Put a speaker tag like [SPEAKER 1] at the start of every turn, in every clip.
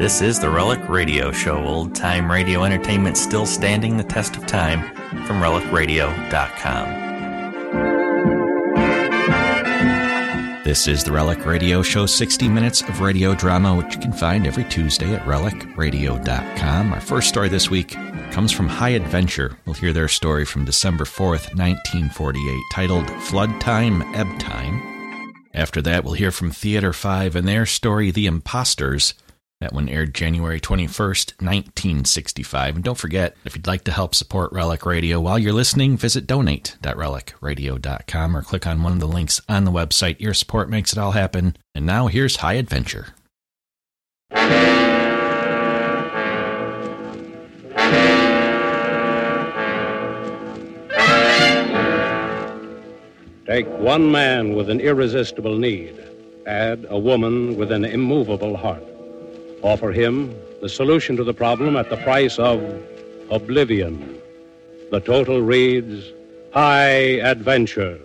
[SPEAKER 1] This is the Relic Radio Show, old time radio entertainment still standing the test of time from relicradio.com.
[SPEAKER 2] This is the Relic Radio Show, 60 minutes of radio drama, which you can find every Tuesday at relicradio.com. Our first story this week comes from High Adventure. We'll hear their story from December 4th, 1948, titled Flood Time, Ebb Time. After that, we'll hear from Theater 5 and their story, The Imposters. That one aired January 21st, 1965. And don't forget, if you'd like to help support Relic Radio while you're listening, visit donate.relicradio.com or click on one of the links on the website. Your support makes it all happen. And now here's High Adventure.
[SPEAKER 3] Take one man with an irresistible need. Add a woman with an immovable heart. Offer him the solution to the problem at the price of oblivion. The total reads High Adventure.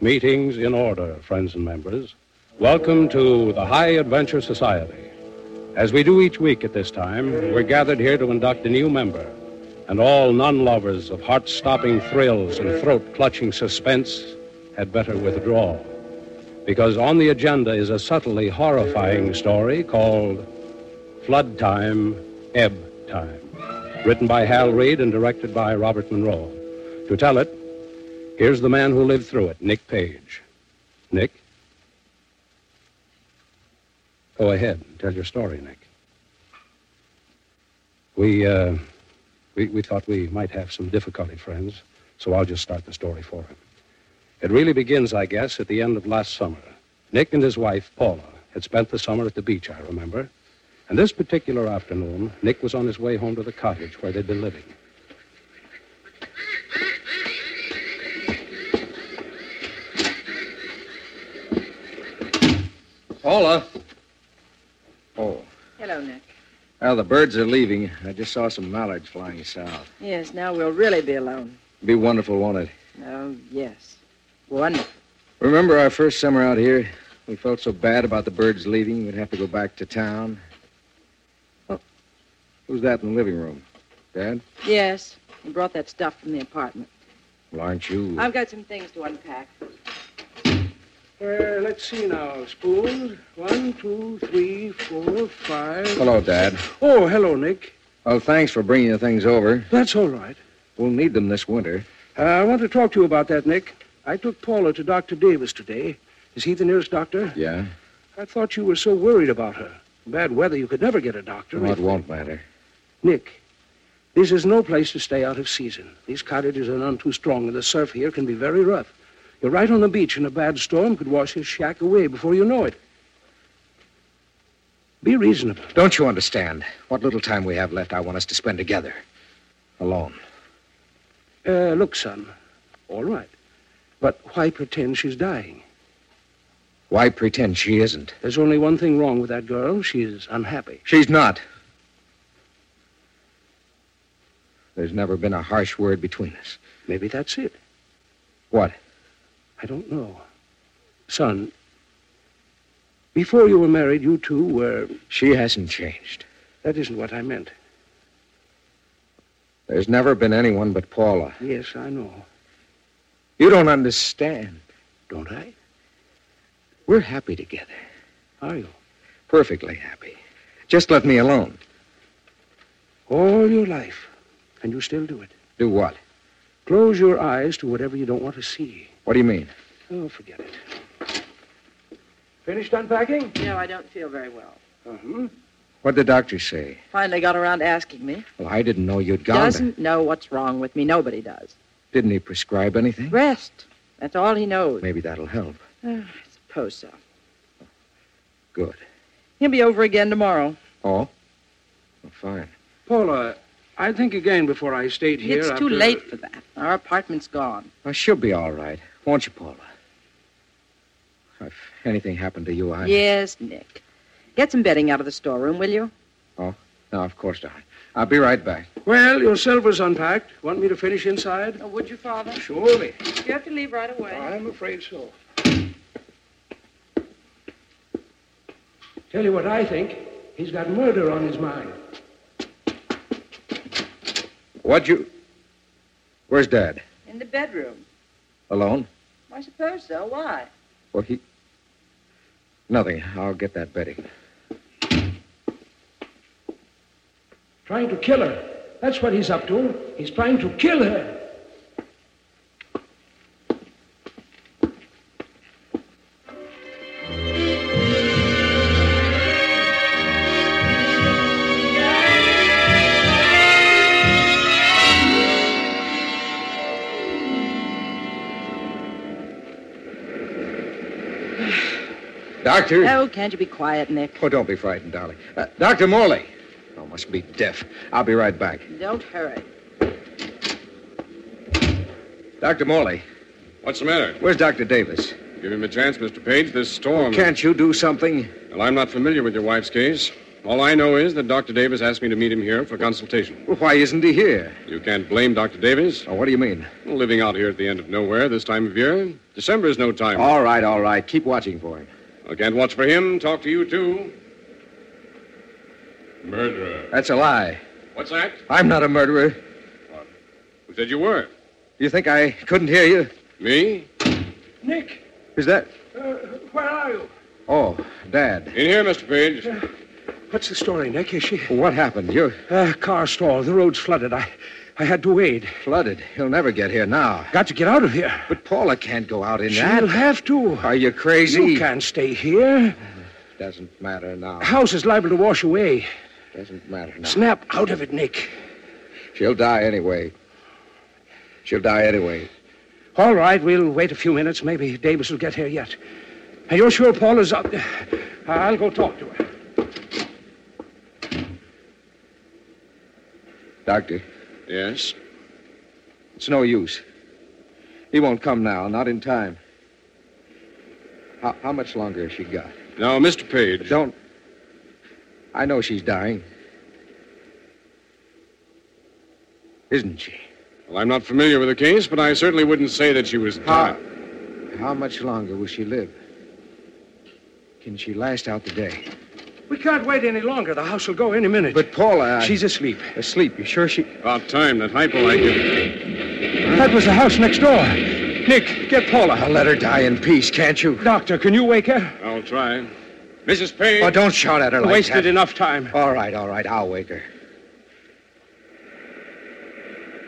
[SPEAKER 3] Meetings in order, friends and members. Welcome to the High Adventure Society. As we do each week at this time, we're gathered here to induct a new member. And all non lovers of heart stopping thrills and throat clutching suspense had better withdraw. Because on the agenda is a subtly horrifying story called Flood Time, Ebb Time, written by Hal Reed and directed by Robert Monroe. To tell it, Here's the man who lived through it, Nick Page. Nick? Go ahead. Tell your story, Nick. We, uh, we, we thought we might have some difficulty, friends, so I'll just start the story for him. It really begins, I guess, at the end of last summer. Nick and his wife, Paula, had spent the summer at the beach, I remember. And this particular afternoon, Nick was on his way home to the cottage where they'd been living.
[SPEAKER 4] Paula. Oh.
[SPEAKER 5] Hello, Nick.
[SPEAKER 4] Well, the birds are leaving. I just saw some mallards flying south.
[SPEAKER 5] Yes, now we'll really be alone.
[SPEAKER 4] Be wonderful, won't it?
[SPEAKER 5] Oh, yes. Wonderful.
[SPEAKER 4] Remember our first summer out here? We felt so bad about the birds leaving, we'd have to go back to town. Oh. Who's that in the living room? Dad?
[SPEAKER 5] Yes. You brought that stuff from the apartment.
[SPEAKER 4] Well, aren't you?
[SPEAKER 5] I've got some things to unpack.
[SPEAKER 6] Well, let's see now. Spoons. One, two, three, four, five.
[SPEAKER 4] Hello, Dad.
[SPEAKER 6] Oh, hello, Nick.
[SPEAKER 4] Well, thanks for bringing the things over.
[SPEAKER 6] That's all right.
[SPEAKER 4] We'll need them this winter.
[SPEAKER 6] Uh, I want to talk to you about that, Nick. I took Paula to Dr. Davis today. Is he the nearest doctor?
[SPEAKER 4] Yeah?
[SPEAKER 6] I thought you were so worried about her. Bad weather, you could never get a doctor.
[SPEAKER 4] Well, it won't matter.
[SPEAKER 6] Nick, this is no place to stay out of season. These cottages are none too strong, and the surf here can be very rough. You're right on the beach, and a bad storm could wash his shack away before you know it. Be reasonable.
[SPEAKER 4] Don't you understand? What little time we have left, I want us to spend together. Alone.
[SPEAKER 6] Uh, look, son. All right. But why pretend she's dying?
[SPEAKER 4] Why pretend she isn't?
[SPEAKER 6] There's only one thing wrong with that girl. She's unhappy.
[SPEAKER 4] She's not. There's never been a harsh word between us.
[SPEAKER 6] Maybe that's it.
[SPEAKER 4] What?
[SPEAKER 6] I don't know. Son, before you were married, you two were.
[SPEAKER 4] She hasn't changed.
[SPEAKER 6] That isn't what I meant.
[SPEAKER 4] There's never been anyone but Paula.
[SPEAKER 6] Yes, I know.
[SPEAKER 4] You don't understand.
[SPEAKER 6] Don't I?
[SPEAKER 4] We're happy together.
[SPEAKER 6] Are you?
[SPEAKER 4] Perfectly happy. Just let me alone.
[SPEAKER 6] All your life. And you still do it.
[SPEAKER 4] Do what?
[SPEAKER 6] Close your eyes to whatever you don't want to see.
[SPEAKER 4] What do you mean?
[SPEAKER 6] Oh, forget it. Finished unpacking?
[SPEAKER 5] No, I don't feel very well.
[SPEAKER 6] Uh-huh.
[SPEAKER 4] What did the doctor say?
[SPEAKER 5] Finally got around to asking me.
[SPEAKER 4] Well, I didn't know you'd gone.
[SPEAKER 5] Doesn't know what's wrong with me. Nobody does.
[SPEAKER 4] there. Didn't he prescribe anything?
[SPEAKER 5] Rest. That's all he knows.
[SPEAKER 4] Maybe that'll help.
[SPEAKER 5] Uh, I suppose so.
[SPEAKER 4] Good.
[SPEAKER 5] He'll be over again tomorrow.
[SPEAKER 4] Oh? Well, fine.
[SPEAKER 6] Paula, I think again before I stayed here.
[SPEAKER 5] it's too
[SPEAKER 6] after-
[SPEAKER 5] late for that. Our apartment's gone.
[SPEAKER 4] Well, she'll be all right. Won't you, Paula? If anything happened to you, I.
[SPEAKER 5] Yes, Nick. Get some bedding out of the storeroom, will you?
[SPEAKER 4] No, of course not. I'll be right back.
[SPEAKER 6] Well, your silver's unpacked. Want me to finish inside?
[SPEAKER 5] Oh, would you, Father?
[SPEAKER 6] Surely.
[SPEAKER 5] You have to leave right away.
[SPEAKER 6] I'm afraid so. Tell you what I think. He's got murder on his mind.
[SPEAKER 4] What you. Where's Dad?
[SPEAKER 5] In the bedroom.
[SPEAKER 4] Alone?
[SPEAKER 5] I suppose so. Why?
[SPEAKER 4] Well, he. Nothing. I'll get that bedding.
[SPEAKER 6] Trying to kill her. That's what he's up to. He's trying to kill her.
[SPEAKER 4] Doctor?
[SPEAKER 5] Oh, can't you be quiet, Nick?
[SPEAKER 4] Oh, don't be frightened, darling. Uh, Dr. Morley. Oh, must be deaf. I'll be right back.
[SPEAKER 5] Don't hurry.
[SPEAKER 4] Dr. Morley,
[SPEAKER 7] What's the matter?
[SPEAKER 4] where's Dr. Davis?
[SPEAKER 7] Give him a chance, Mr. Page. This storm.
[SPEAKER 4] Can't you do something?
[SPEAKER 7] Well, I'm not familiar with your wife's case. All I know is that Dr. Davis asked me to meet him here for consultation.
[SPEAKER 4] Why isn't he here?
[SPEAKER 7] You can't blame Dr. Davis.
[SPEAKER 4] Oh, what do you mean?
[SPEAKER 7] Living out here at the end of nowhere this time of year. December is no time.
[SPEAKER 4] All right, all right. Keep watching for him.
[SPEAKER 7] I can't watch for him. Talk to you, too. Murderer.
[SPEAKER 4] That's a lie.
[SPEAKER 7] What's that?
[SPEAKER 4] I'm not a murderer.
[SPEAKER 7] Who said you were?
[SPEAKER 4] You think I couldn't hear you?
[SPEAKER 7] Me?
[SPEAKER 6] Nick,
[SPEAKER 4] Is that?
[SPEAKER 6] uh, where are you?
[SPEAKER 4] Oh, Dad.
[SPEAKER 7] In here, Mr. Page.
[SPEAKER 6] Uh, What's the story, Nick? Is she?
[SPEAKER 4] What happened? You're
[SPEAKER 6] Uh, car stall. The road's flooded. I, I had to wade.
[SPEAKER 4] flooded. He'll never get here now.
[SPEAKER 6] Got to get out of here.
[SPEAKER 4] But Paula can't go out in
[SPEAKER 6] She'll
[SPEAKER 4] that.
[SPEAKER 6] have to.
[SPEAKER 4] Are you crazy?
[SPEAKER 6] You can't stay here.
[SPEAKER 4] Doesn't matter now.
[SPEAKER 6] House is liable to wash away.
[SPEAKER 4] Doesn't matter now.
[SPEAKER 6] Snap out of it, Nick.
[SPEAKER 4] She'll die anyway. She'll die anyway.
[SPEAKER 6] All right, we'll wait a few minutes. Maybe Davis will get here yet. And you're sure Paula's up? I'll go talk to her.
[SPEAKER 4] Doctor,
[SPEAKER 7] Yes.
[SPEAKER 4] it's no use. He won't come now, not in time. How, how much longer has she got?
[SPEAKER 7] Now, Mr. Page.
[SPEAKER 4] Don't. I know she's dying. Isn't she?
[SPEAKER 7] Well, I'm not familiar with the case, but I certainly wouldn't say that she was
[SPEAKER 4] How,
[SPEAKER 7] tied.
[SPEAKER 4] how much longer will she live? Can she last out the day?
[SPEAKER 6] We can't wait any longer. The house will go any minute.
[SPEAKER 4] But Paula, I-
[SPEAKER 6] she's asleep.
[SPEAKER 4] asleep. You sure she?
[SPEAKER 7] About time that hypo I give.
[SPEAKER 6] That was the house next door. Nick, get Paula.
[SPEAKER 4] I'll let her die in peace, can't you?
[SPEAKER 6] Doctor, can you wake her?
[SPEAKER 7] I'll try. Mrs. Page.
[SPEAKER 4] Oh, don't shout at her like
[SPEAKER 6] Wasted
[SPEAKER 4] that.
[SPEAKER 6] enough time.
[SPEAKER 4] All right, all right. I'll wake her.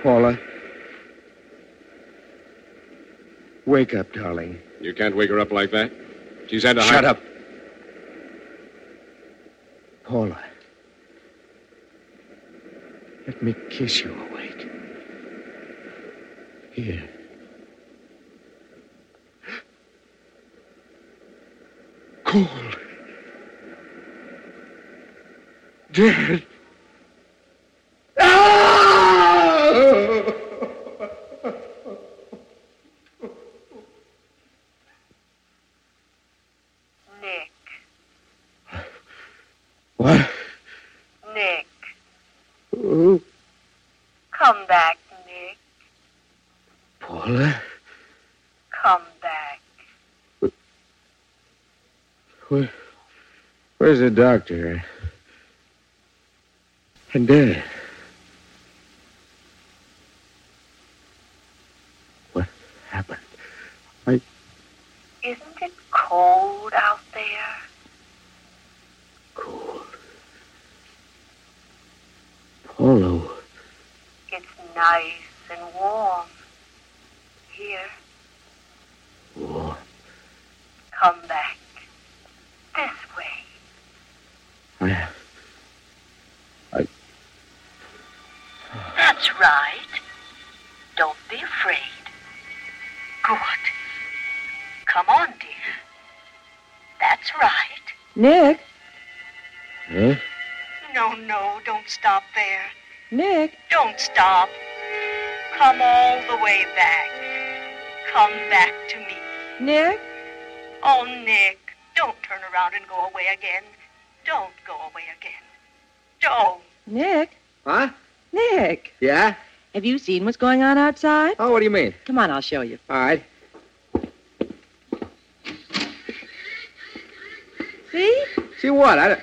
[SPEAKER 4] Paula. Wake up, darling.
[SPEAKER 7] You can't wake her up like that. She's had a
[SPEAKER 4] Shut up. Paula. Let me kiss you awake. Here. Cold. Dead. Ah!
[SPEAKER 8] Nick,
[SPEAKER 4] What?
[SPEAKER 8] Nick,
[SPEAKER 4] Oh,
[SPEAKER 8] come back, Nick,
[SPEAKER 4] Paula.
[SPEAKER 8] come back.
[SPEAKER 4] Where, where's the doctor? And Dad? What happened?
[SPEAKER 8] Isn't it cold out there?
[SPEAKER 4] Cold. Paula,
[SPEAKER 8] It's nice and warm. Here,
[SPEAKER 4] warm.
[SPEAKER 8] come back. This way.
[SPEAKER 4] I,
[SPEAKER 8] That's right. Don't be afraid. Good. Come on, dear. That's right.
[SPEAKER 5] Nick,
[SPEAKER 4] Huh?
[SPEAKER 8] No, no, don't stop there.
[SPEAKER 5] Nick.
[SPEAKER 8] Don't stop. Come all the way back. Come back to me.
[SPEAKER 5] Nick?
[SPEAKER 8] Oh, Nick, don't turn around and go away again. Don't go away again. Don't.
[SPEAKER 5] Nick?
[SPEAKER 4] Huh?
[SPEAKER 5] Nick?
[SPEAKER 4] Yeah?
[SPEAKER 5] Have you seen what's going on outside?
[SPEAKER 4] Oh, what do you mean?
[SPEAKER 5] Come on, I'll show you.
[SPEAKER 4] All right.
[SPEAKER 5] See?
[SPEAKER 4] See what? I don't...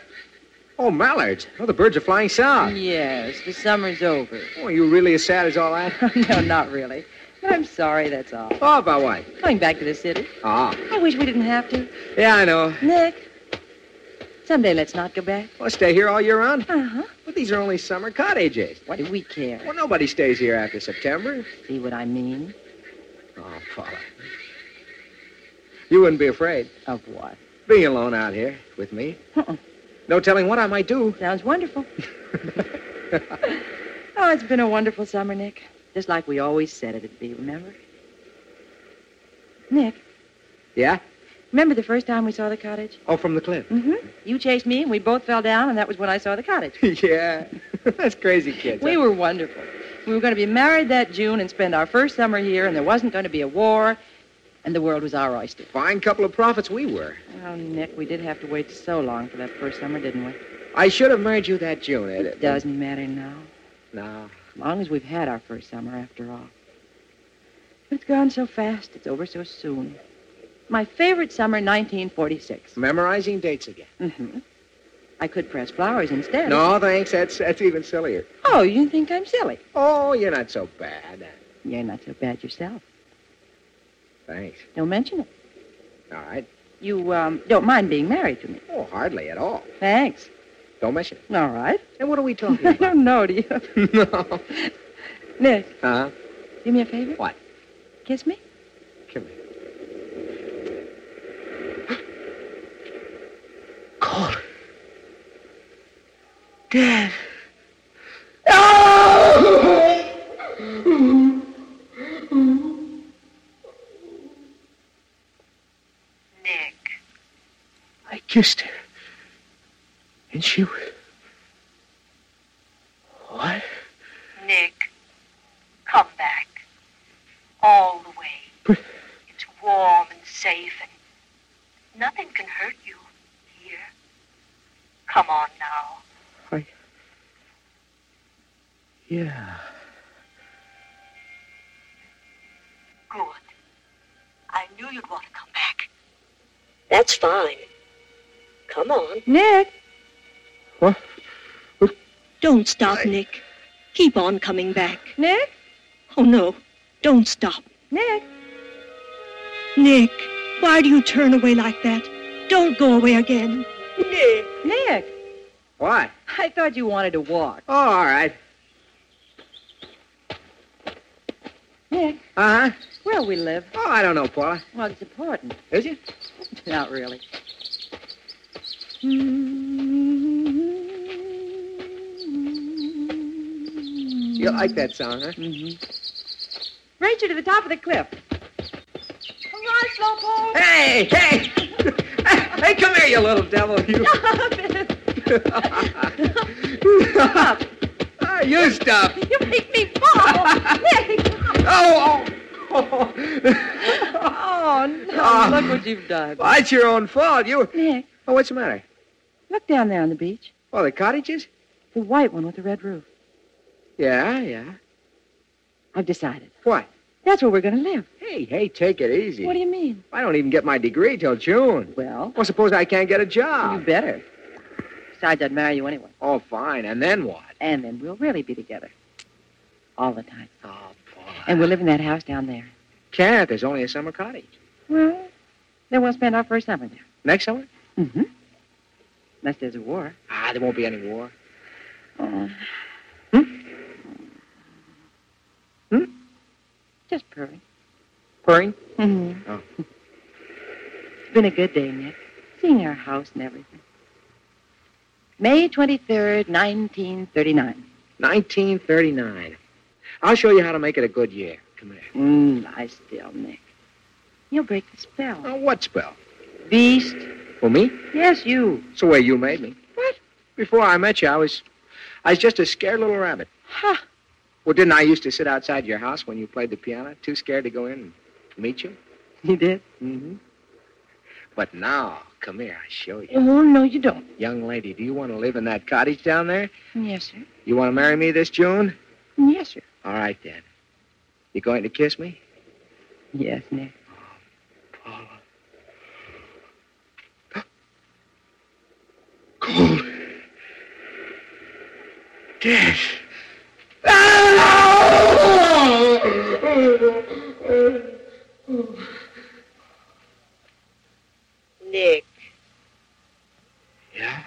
[SPEAKER 4] Oh, mallards. Oh, the birds are flying south.
[SPEAKER 5] Yes, the summer's over.
[SPEAKER 4] Oh, are you really as sad as all that?
[SPEAKER 5] no, not really. But I'm sorry, that's all.
[SPEAKER 4] Oh, about what?
[SPEAKER 5] Going back to the city.
[SPEAKER 4] Ah.
[SPEAKER 5] I wish we didn't have to.
[SPEAKER 4] Yeah, I know.
[SPEAKER 5] Nick, someday let's not go back.
[SPEAKER 4] Well, stay here all year round.
[SPEAKER 5] Uh-huh.
[SPEAKER 4] But these are only summer cottages.
[SPEAKER 5] What do we care?
[SPEAKER 4] Well, nobody stays here after September.
[SPEAKER 5] See what I mean?
[SPEAKER 4] Oh, Paula. You wouldn't be afraid
[SPEAKER 5] Of what?
[SPEAKER 4] being alone out here with me.
[SPEAKER 5] Uh-uh.
[SPEAKER 4] No telling what I might do.
[SPEAKER 5] Sounds wonderful. oh, it's been a wonderful summer, Nick. Just like we always said it'd be, remember? Nick,
[SPEAKER 4] Yeah?
[SPEAKER 5] remember the first time we saw the cottage?
[SPEAKER 4] Oh, from the cliff.
[SPEAKER 5] Mm-hmm. You chased me, and we both fell down, and that was when I saw the cottage.
[SPEAKER 4] yeah. That's crazy, kids.
[SPEAKER 5] We were wonderful. We were going to be married that June and spend our first summer here, and there wasn't going to be a war, and the world was our oyster.
[SPEAKER 4] Fine couple of prophets we were.
[SPEAKER 5] Oh, Nick, we did have to wait so long for that first summer, didn't we?
[SPEAKER 4] I should have married you that June, Ed.
[SPEAKER 5] It doesn't matter now.
[SPEAKER 4] No.
[SPEAKER 5] As long as we've had our first summer, after all. It's gone so fast. It's over so soon. My favorite summer, 1946.
[SPEAKER 4] Memorizing dates again.
[SPEAKER 5] Mm-hmm. I could press flowers instead.
[SPEAKER 4] No, thanks. That's that's even sillier.
[SPEAKER 5] Oh, you think I'm silly?
[SPEAKER 4] Oh, you're not so bad.
[SPEAKER 5] You're not so bad yourself.
[SPEAKER 4] Thanks.
[SPEAKER 5] Don't mention it.
[SPEAKER 4] All right.
[SPEAKER 5] You um, don't mind being married to me.
[SPEAKER 4] Oh, hardly at all.
[SPEAKER 5] Thanks.
[SPEAKER 4] Don't mention it.
[SPEAKER 5] All right.
[SPEAKER 4] And what are we talking
[SPEAKER 5] I
[SPEAKER 4] about?
[SPEAKER 5] don't know, do you?
[SPEAKER 4] no.
[SPEAKER 5] Nick,
[SPEAKER 4] Huh?
[SPEAKER 5] do me a favor.
[SPEAKER 4] What?
[SPEAKER 5] Kiss me.
[SPEAKER 4] Come here. Ah!
[SPEAKER 8] Nick,
[SPEAKER 6] I kissed her. And she. What?
[SPEAKER 8] Nick, come back. All the way.
[SPEAKER 6] But-
[SPEAKER 8] It's warm and safe, and nothing can hurt you here. Come on now.
[SPEAKER 6] Yeah.
[SPEAKER 8] Good. I knew you'd want to come back. That's fine. Come on.
[SPEAKER 5] Nick.
[SPEAKER 8] Don't stop, Nick. Keep on coming back.
[SPEAKER 5] Nick.
[SPEAKER 8] Oh, no. Don't stop.
[SPEAKER 5] Nick.
[SPEAKER 8] Nick, why do you turn away like that? Don't go away again. Nick.
[SPEAKER 5] Nick.
[SPEAKER 4] What?
[SPEAKER 5] I thought you wanted to walk.
[SPEAKER 4] Oh, all right.
[SPEAKER 5] Nick,
[SPEAKER 4] Uh huh.
[SPEAKER 5] where'll we live?
[SPEAKER 4] Oh, I don't know, Paula.
[SPEAKER 5] Well, it's important.
[SPEAKER 4] Is it?
[SPEAKER 5] Not really. Mm.
[SPEAKER 4] You like that song, huh?
[SPEAKER 5] Mm-hmm. Race you to the top of the cliff. Come on, Slowpoke.
[SPEAKER 4] Hey, hey! hey, come here, you little devil, you.
[SPEAKER 5] Stop it.
[SPEAKER 4] stop. you stop.
[SPEAKER 5] You make me fall. Nick.
[SPEAKER 4] Oh, oh. oh.
[SPEAKER 5] Oh, no.
[SPEAKER 4] Ah.
[SPEAKER 5] Look what you've done.
[SPEAKER 4] Well, it's your own fault. You.
[SPEAKER 5] Nick,
[SPEAKER 4] Oh, what's the matter?
[SPEAKER 5] look down there on the beach.
[SPEAKER 4] Oh, the cottages?
[SPEAKER 5] The white one with the red roof.
[SPEAKER 4] Yeah, yeah.
[SPEAKER 5] I've decided.
[SPEAKER 4] What?
[SPEAKER 5] That's where we're going to live.
[SPEAKER 4] Hey, hey, take it easy.
[SPEAKER 5] What do you mean?
[SPEAKER 4] I don't even get my degree till June.
[SPEAKER 5] Well,
[SPEAKER 4] Well, suppose I can't get a
[SPEAKER 5] you
[SPEAKER 4] job.
[SPEAKER 5] better. Besides, I'd marry you anyway.
[SPEAKER 4] Oh, fine. And then what?
[SPEAKER 5] And then we'll really be together. All the time.
[SPEAKER 4] Oh, Paula.
[SPEAKER 5] And we'll live in that house down there.
[SPEAKER 4] Can't. There's only a summer cottage.
[SPEAKER 5] Well, then we'll spend our first summer there.
[SPEAKER 4] Next summer?
[SPEAKER 5] Mm-hmm. Unless there's a war.
[SPEAKER 4] Ah, there won't be any war.
[SPEAKER 5] Oh.
[SPEAKER 4] Hmm?
[SPEAKER 5] Hmm? Just purring.
[SPEAKER 4] Purring?
[SPEAKER 5] Mm-hmm.
[SPEAKER 4] Oh.
[SPEAKER 5] It's been a good day, Nick. Seeing our house and everything. May 23rd, 1939.
[SPEAKER 4] 1939. I'll show you how to make it a good year. Come here.
[SPEAKER 5] Mm, lie still, Nick. You'll break the spell.
[SPEAKER 4] Oh, what spell?
[SPEAKER 5] Beast.
[SPEAKER 4] For me?
[SPEAKER 5] Yes, you.
[SPEAKER 4] It's the way you made me.
[SPEAKER 5] What?
[SPEAKER 4] Before I met you, I was, I was just a scared little rabbit.
[SPEAKER 5] Ha!
[SPEAKER 4] Well, didn't I used to sit outside your house when you played the piano, too scared to go in and meet you?
[SPEAKER 5] You did?
[SPEAKER 4] Mm-hmm. But now, come here, I'll show you.
[SPEAKER 5] Oh, no, you don't.
[SPEAKER 4] Young lady, do you want to live in that cottage down there?
[SPEAKER 5] Yes, sir.
[SPEAKER 4] You want to marry me this June?
[SPEAKER 5] Yes, sir.
[SPEAKER 4] All right, then. You going to kiss me?
[SPEAKER 5] Yes, Nick.
[SPEAKER 4] Cold. Dead. Ah!
[SPEAKER 8] Nick,
[SPEAKER 4] Yeah?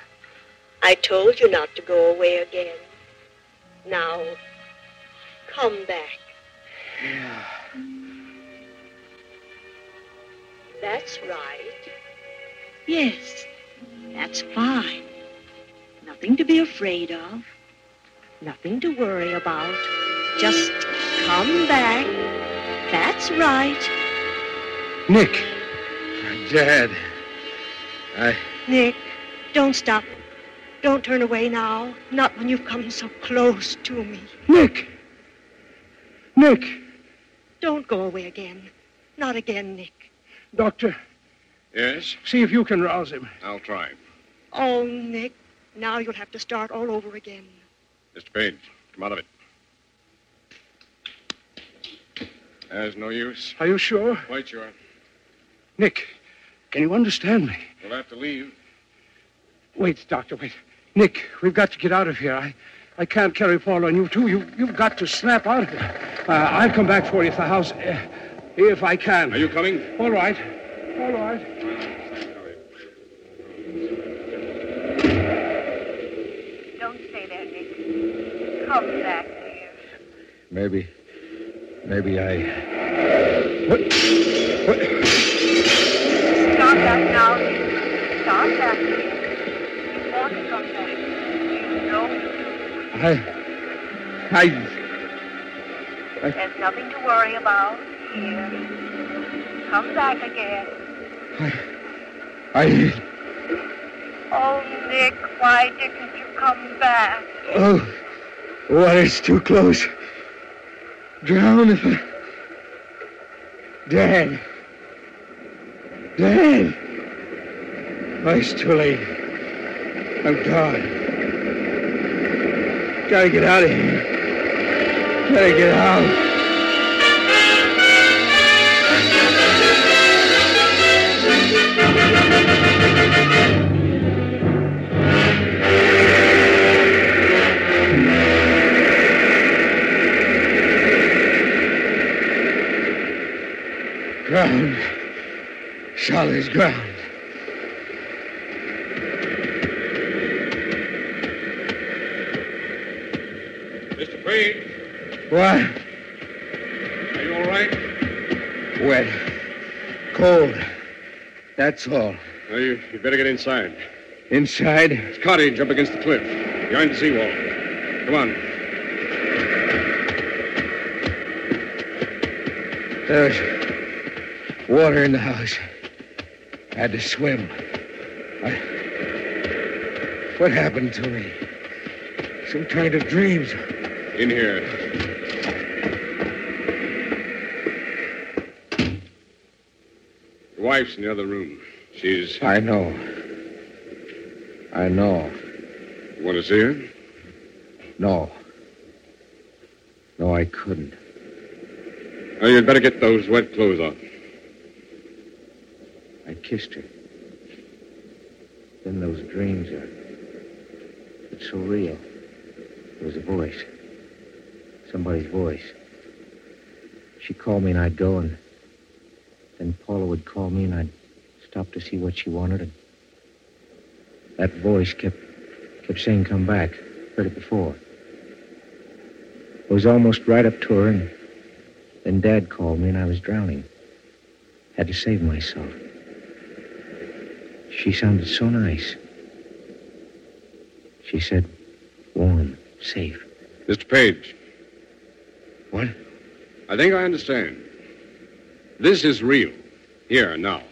[SPEAKER 8] I told you not to go away again. Now, come back.
[SPEAKER 4] Yeah.
[SPEAKER 8] That's right.
[SPEAKER 5] Yes, that's fine. Nothing to be afraid of. Nothing to worry about. Just come back. That's right.
[SPEAKER 4] Nick. I'm dead. I.
[SPEAKER 8] Nick, don't stop. Don't turn away now. Not when you've come so close to me.
[SPEAKER 6] Nick! Nick!
[SPEAKER 8] Don't go away again. Not again, Nick.
[SPEAKER 6] Doctor,
[SPEAKER 7] Yes,
[SPEAKER 6] see if you can rouse him.
[SPEAKER 7] I'll try.
[SPEAKER 8] Oh, Nick, now you'll have to start all over again.
[SPEAKER 7] Mr. Page, come out of it. There's no use.
[SPEAKER 6] Are you sure?
[SPEAKER 7] Quite sure.
[SPEAKER 6] Nick, can you understand me?
[SPEAKER 7] We'll have to leave.
[SPEAKER 6] Wait, Doctor, wait. Nick, we've got to get out of here. I, I can't carry Paul on you, too. You, you've got to snap out of here. Uh, I'll come back for you if the house. Uh, if I can.
[SPEAKER 7] Are you coming?
[SPEAKER 6] All right. All right.
[SPEAKER 9] Don't stay there, Nick. Come back, dear.
[SPEAKER 4] Maybe. Maybe I.
[SPEAKER 9] Stop that now, Nick. Stop that, Nick. You want to come back. You know you do.
[SPEAKER 4] I. I.
[SPEAKER 9] There's nothing to worry about here. Come back again.
[SPEAKER 4] I.
[SPEAKER 9] Oh, Nick, why didn't you come back?
[SPEAKER 4] Oh. Water's too close. Drown if I. Dead. Dead. Oh, it's too late. I'm gone. Gotta get out of here. Gotta get out. Ground. Charlie's ground.
[SPEAKER 7] Mr. Page,
[SPEAKER 4] What?
[SPEAKER 7] are you all right?
[SPEAKER 4] Wet. Cold. That's all.
[SPEAKER 7] Well, you, you better get inside.
[SPEAKER 4] Inside.
[SPEAKER 7] It's cottage up against the cliff, behind the seawall. Come on.
[SPEAKER 4] There's water in the house. had to swim. I... What happened to me? Some kind of dreams.
[SPEAKER 7] In here. Your wife's in the other room. She's.
[SPEAKER 4] I know. I know.
[SPEAKER 7] You want to see her?
[SPEAKER 4] No. No, I couldn't.
[SPEAKER 7] Well, Oh, you'd better get those wet clothes off.
[SPEAKER 4] I kissed her. Then those dreams are. It's so real. It was a voice. Somebody's voice. She called me and I'd go, and then Paula would call me and I'd stop to see what she wanted. And that voice kept kept saying, "Come back." Heard it before. It was almost right up to her, and then Dad called me and I was drowning. Had to save myself. She sounded so nice. She said, warm, safe.
[SPEAKER 7] Mr. Page.
[SPEAKER 4] What?
[SPEAKER 7] I think I understand. This is real, here and now.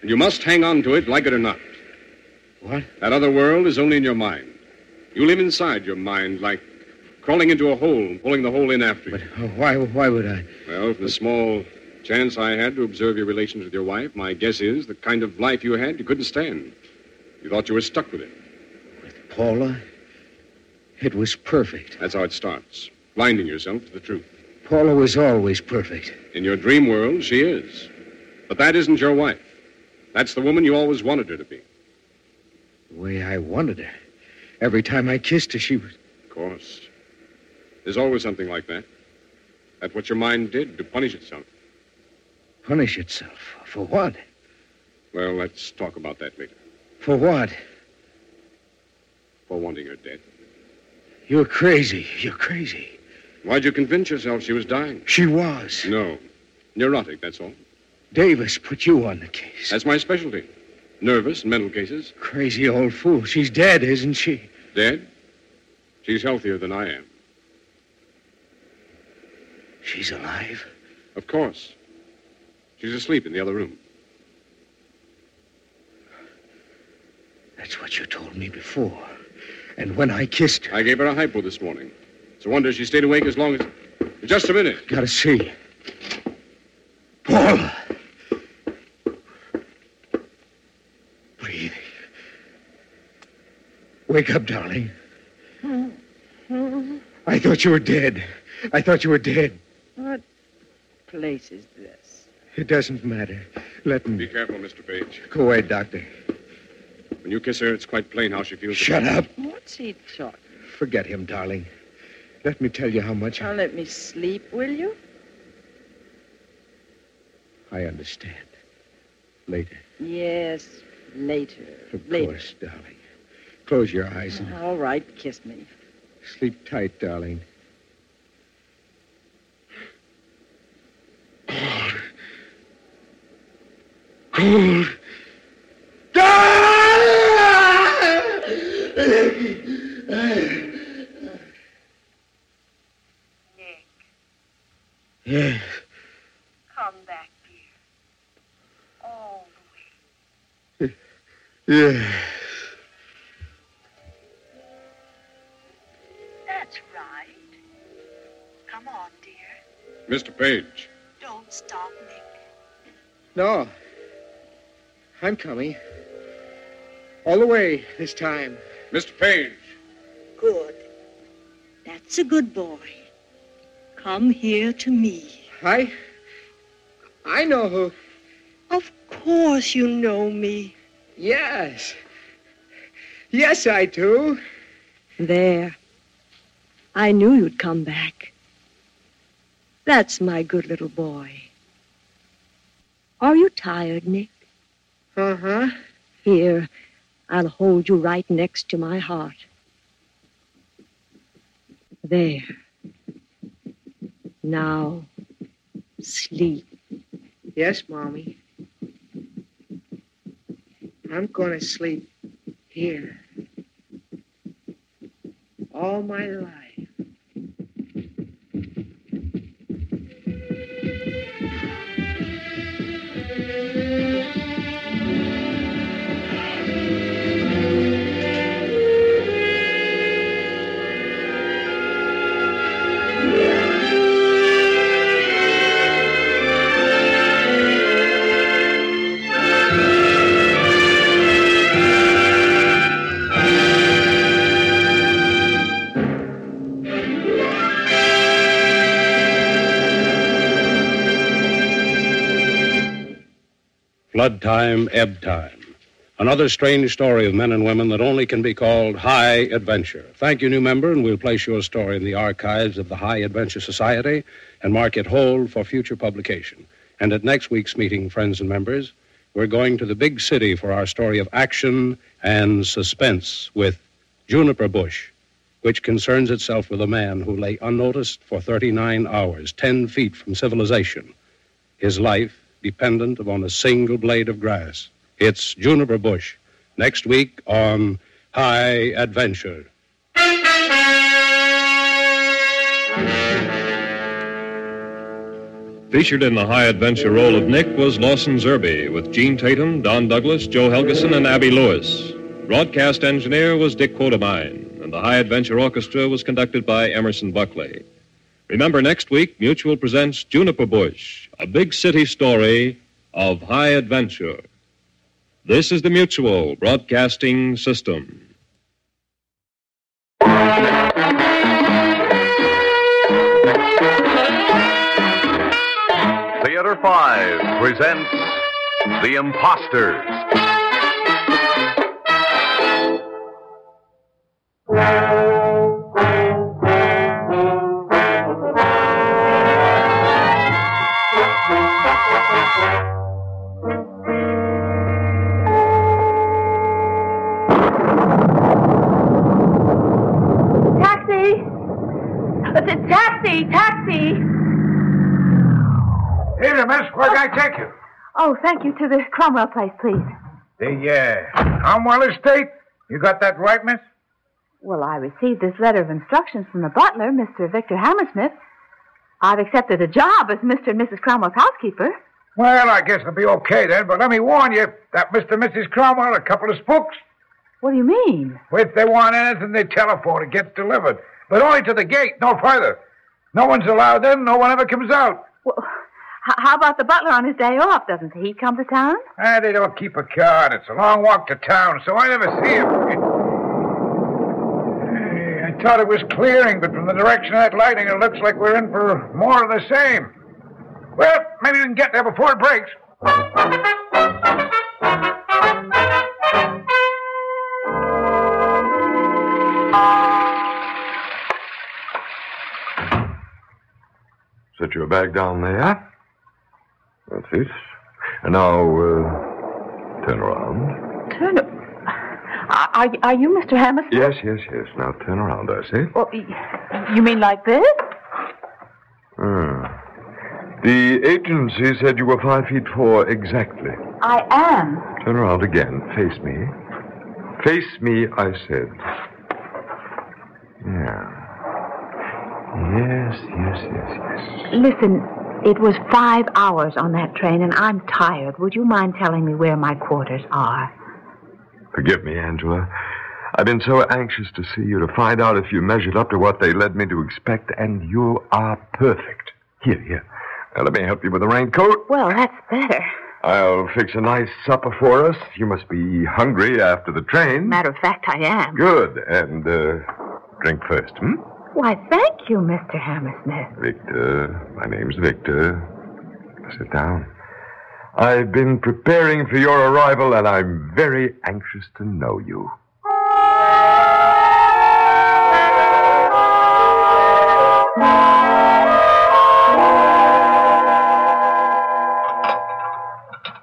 [SPEAKER 7] And you must hang on to it, like it or not.
[SPEAKER 4] What?
[SPEAKER 7] That other world is only in your mind. You live inside your mind, like crawling into a hole and pulling the hole in after you.
[SPEAKER 4] Oh, Why, why would I?
[SPEAKER 7] Well, from the small chance I had to observe your relations with your wife, my guess is the kind of life you had you couldn't stand. You thought you were stuck with it.
[SPEAKER 4] Paula, it was perfect.
[SPEAKER 7] That's how it starts blinding yourself to the truth.
[SPEAKER 4] Paula was always perfect.
[SPEAKER 7] In your dream world, she is. But that isn't your wife. That's the woman you always wanted her to be.
[SPEAKER 4] The way I wanted her. Every time I kissed her, she was.
[SPEAKER 7] Of course. There's always something like that. That's what your mind did to punish itself.
[SPEAKER 4] Punish itself. For what?
[SPEAKER 7] Well, let's talk about that later.
[SPEAKER 4] For what?
[SPEAKER 7] For wanting her dead.
[SPEAKER 4] You're crazy. You're crazy.
[SPEAKER 7] Why'd you convince yourself she was dying?
[SPEAKER 4] She was.
[SPEAKER 7] No. Neurotic, that's all.
[SPEAKER 4] Davis put you on the case.
[SPEAKER 7] That's my specialty. Nervous and mental cases.
[SPEAKER 4] Crazy old fool. She's dead, isn't she?
[SPEAKER 7] Dead? She's healthier than I am.
[SPEAKER 4] She's alive?
[SPEAKER 7] Of course. She's asleep in the other room.
[SPEAKER 4] That's what you told me before. And when I kissed her.
[SPEAKER 7] I gave her a hypo this morning. It's a wonder she stayed awake as long as. Just a minute.
[SPEAKER 4] Gotta see. Paula! Breathing. Wake up, darling.
[SPEAKER 5] Mm-hmm.
[SPEAKER 4] I thought you were dead. I thought you were dead.
[SPEAKER 5] What place is this?
[SPEAKER 4] It doesn't matter. Let me.
[SPEAKER 7] Be careful, Mr. Page.
[SPEAKER 4] Go away, Doctor.
[SPEAKER 7] When you kiss her, it's quite plain how she feels.
[SPEAKER 4] Shut
[SPEAKER 7] about
[SPEAKER 4] up.
[SPEAKER 5] What's he talking?
[SPEAKER 4] Forget him, darling. Let me tell you how much
[SPEAKER 5] Now
[SPEAKER 4] I,
[SPEAKER 5] let me sleep, will you?
[SPEAKER 4] I understand. Later.
[SPEAKER 5] Yes, later.
[SPEAKER 4] Of
[SPEAKER 5] later.
[SPEAKER 4] course, darling. Close your eyes and
[SPEAKER 5] All right, kiss me.
[SPEAKER 4] sleep tight, darling. Cold. Cold.
[SPEAKER 9] Nick,
[SPEAKER 4] Yes.
[SPEAKER 9] come back, dear. All the
[SPEAKER 4] Yes.
[SPEAKER 9] way. That's right. Come on, dear.
[SPEAKER 7] Mr. Page.
[SPEAKER 9] Don't stop, Nick.
[SPEAKER 4] No. I'm coming. All the way this time.
[SPEAKER 7] Mr. Page.
[SPEAKER 8] Good. That's a good boy. Come here to me.
[SPEAKER 4] I. I know who.
[SPEAKER 8] Of course you know me.
[SPEAKER 4] Yes. Yes, I do.
[SPEAKER 8] There. I knew you'd come back. That's my good little boy. Are you tired, Nick?
[SPEAKER 4] Uh huh.
[SPEAKER 8] Here, I'll hold you right next to my heart. There. Now, sleep.
[SPEAKER 4] Yes, Mommy. I'm going to sleep here. All my life.
[SPEAKER 3] Flood time, ebb time. Another strange story of men and women that only can be called high adventure. Thank you, new member, and we'll place your story in the archives of the High Adventure Society and mark it hold for future publication. And at next week's meeting, friends and members, we're going to the big city for our story of action and suspense with Juniper Bush, which concerns itself with a man who lay unnoticed for 39 hours, 10 feet from civilization. His life dependent upon a single blade of grass. It's Juniper Bush. Next week on High Adventure.
[SPEAKER 10] Featured in the high adventure role of Nick was Lawson Zerby with Gene Tatum, Don Douglas, Joe Helgeson, and Abby Lewis. Broadcast engineer was Dick Quatermine, and the High Adventure Orchestra was conducted by Emerson Buckley. Remember, next week, Mutual presents Juniper Bush, a big city story of high adventure. This is the Mutual Broadcasting System.
[SPEAKER 11] Theater 5 presents The Imposters.
[SPEAKER 9] Taxi! Uh, t- Taxi! Taxi!
[SPEAKER 12] Here, miss, where can I take you?
[SPEAKER 13] Oh, thank you to the Cromwell place, please.
[SPEAKER 12] The uh, Cromwell Estate? You got that right, miss?
[SPEAKER 13] Well, I received this letter of instructions from the butler, Mr. Victor Hammersmith. I've accepted a job as Mr. and Mrs. Cromwell's housekeeper.
[SPEAKER 12] Well, I guess it'll be okay then, but let me warn you that Mr. and Mrs. Cromwell are a couple of spooks.
[SPEAKER 13] What do you mean?
[SPEAKER 12] If they want anything, they telephone. It gets delivered. But only to the gate, no further. No one's allowed in, no one ever comes out.
[SPEAKER 13] H- how about the butler on his day off? Doesn't he come to town?
[SPEAKER 12] Ah, they don't keep a car, and it's a long walk to town, so I never see him. Hey, I thought it was clearing, but from the direction of that lighting, it looks like we're in for more of the same. Well, maybe we can get there before it breaks.
[SPEAKER 14] Set your bag down there. That's it. And now, uh, turn around.
[SPEAKER 13] Turn. Are, are you Mr. Hammersmith?
[SPEAKER 14] Yes, yes, yes. Now turn around, I say.
[SPEAKER 13] Well, y- you mean like this?
[SPEAKER 14] Ah. The agency said you were five feet four exactly.
[SPEAKER 13] I am.
[SPEAKER 14] Turn around again. Face me. Face me, I said. Yeah. Yes, yes, yes, yes.
[SPEAKER 13] Listen, it was five hours on that train, and I'm tired. Would you mind telling me where my quarters are?
[SPEAKER 14] Forgive me, Angela. I've been so anxious to see you to find out if you measured up to what they led me to expect, and you are perfect. Here, here. Now, let me help you with the raincoat.
[SPEAKER 13] Well, that's better.
[SPEAKER 14] I'll fix a nice supper for us. You must be hungry after the train.
[SPEAKER 13] Matter of fact, I am.
[SPEAKER 14] Good. And uh, drink first, hmm?
[SPEAKER 13] Why, thank you, Mr. Hammersmith.
[SPEAKER 14] Victor, my name's Victor. Sit down. I've been preparing for your arrival, and I'm very anxious to know you.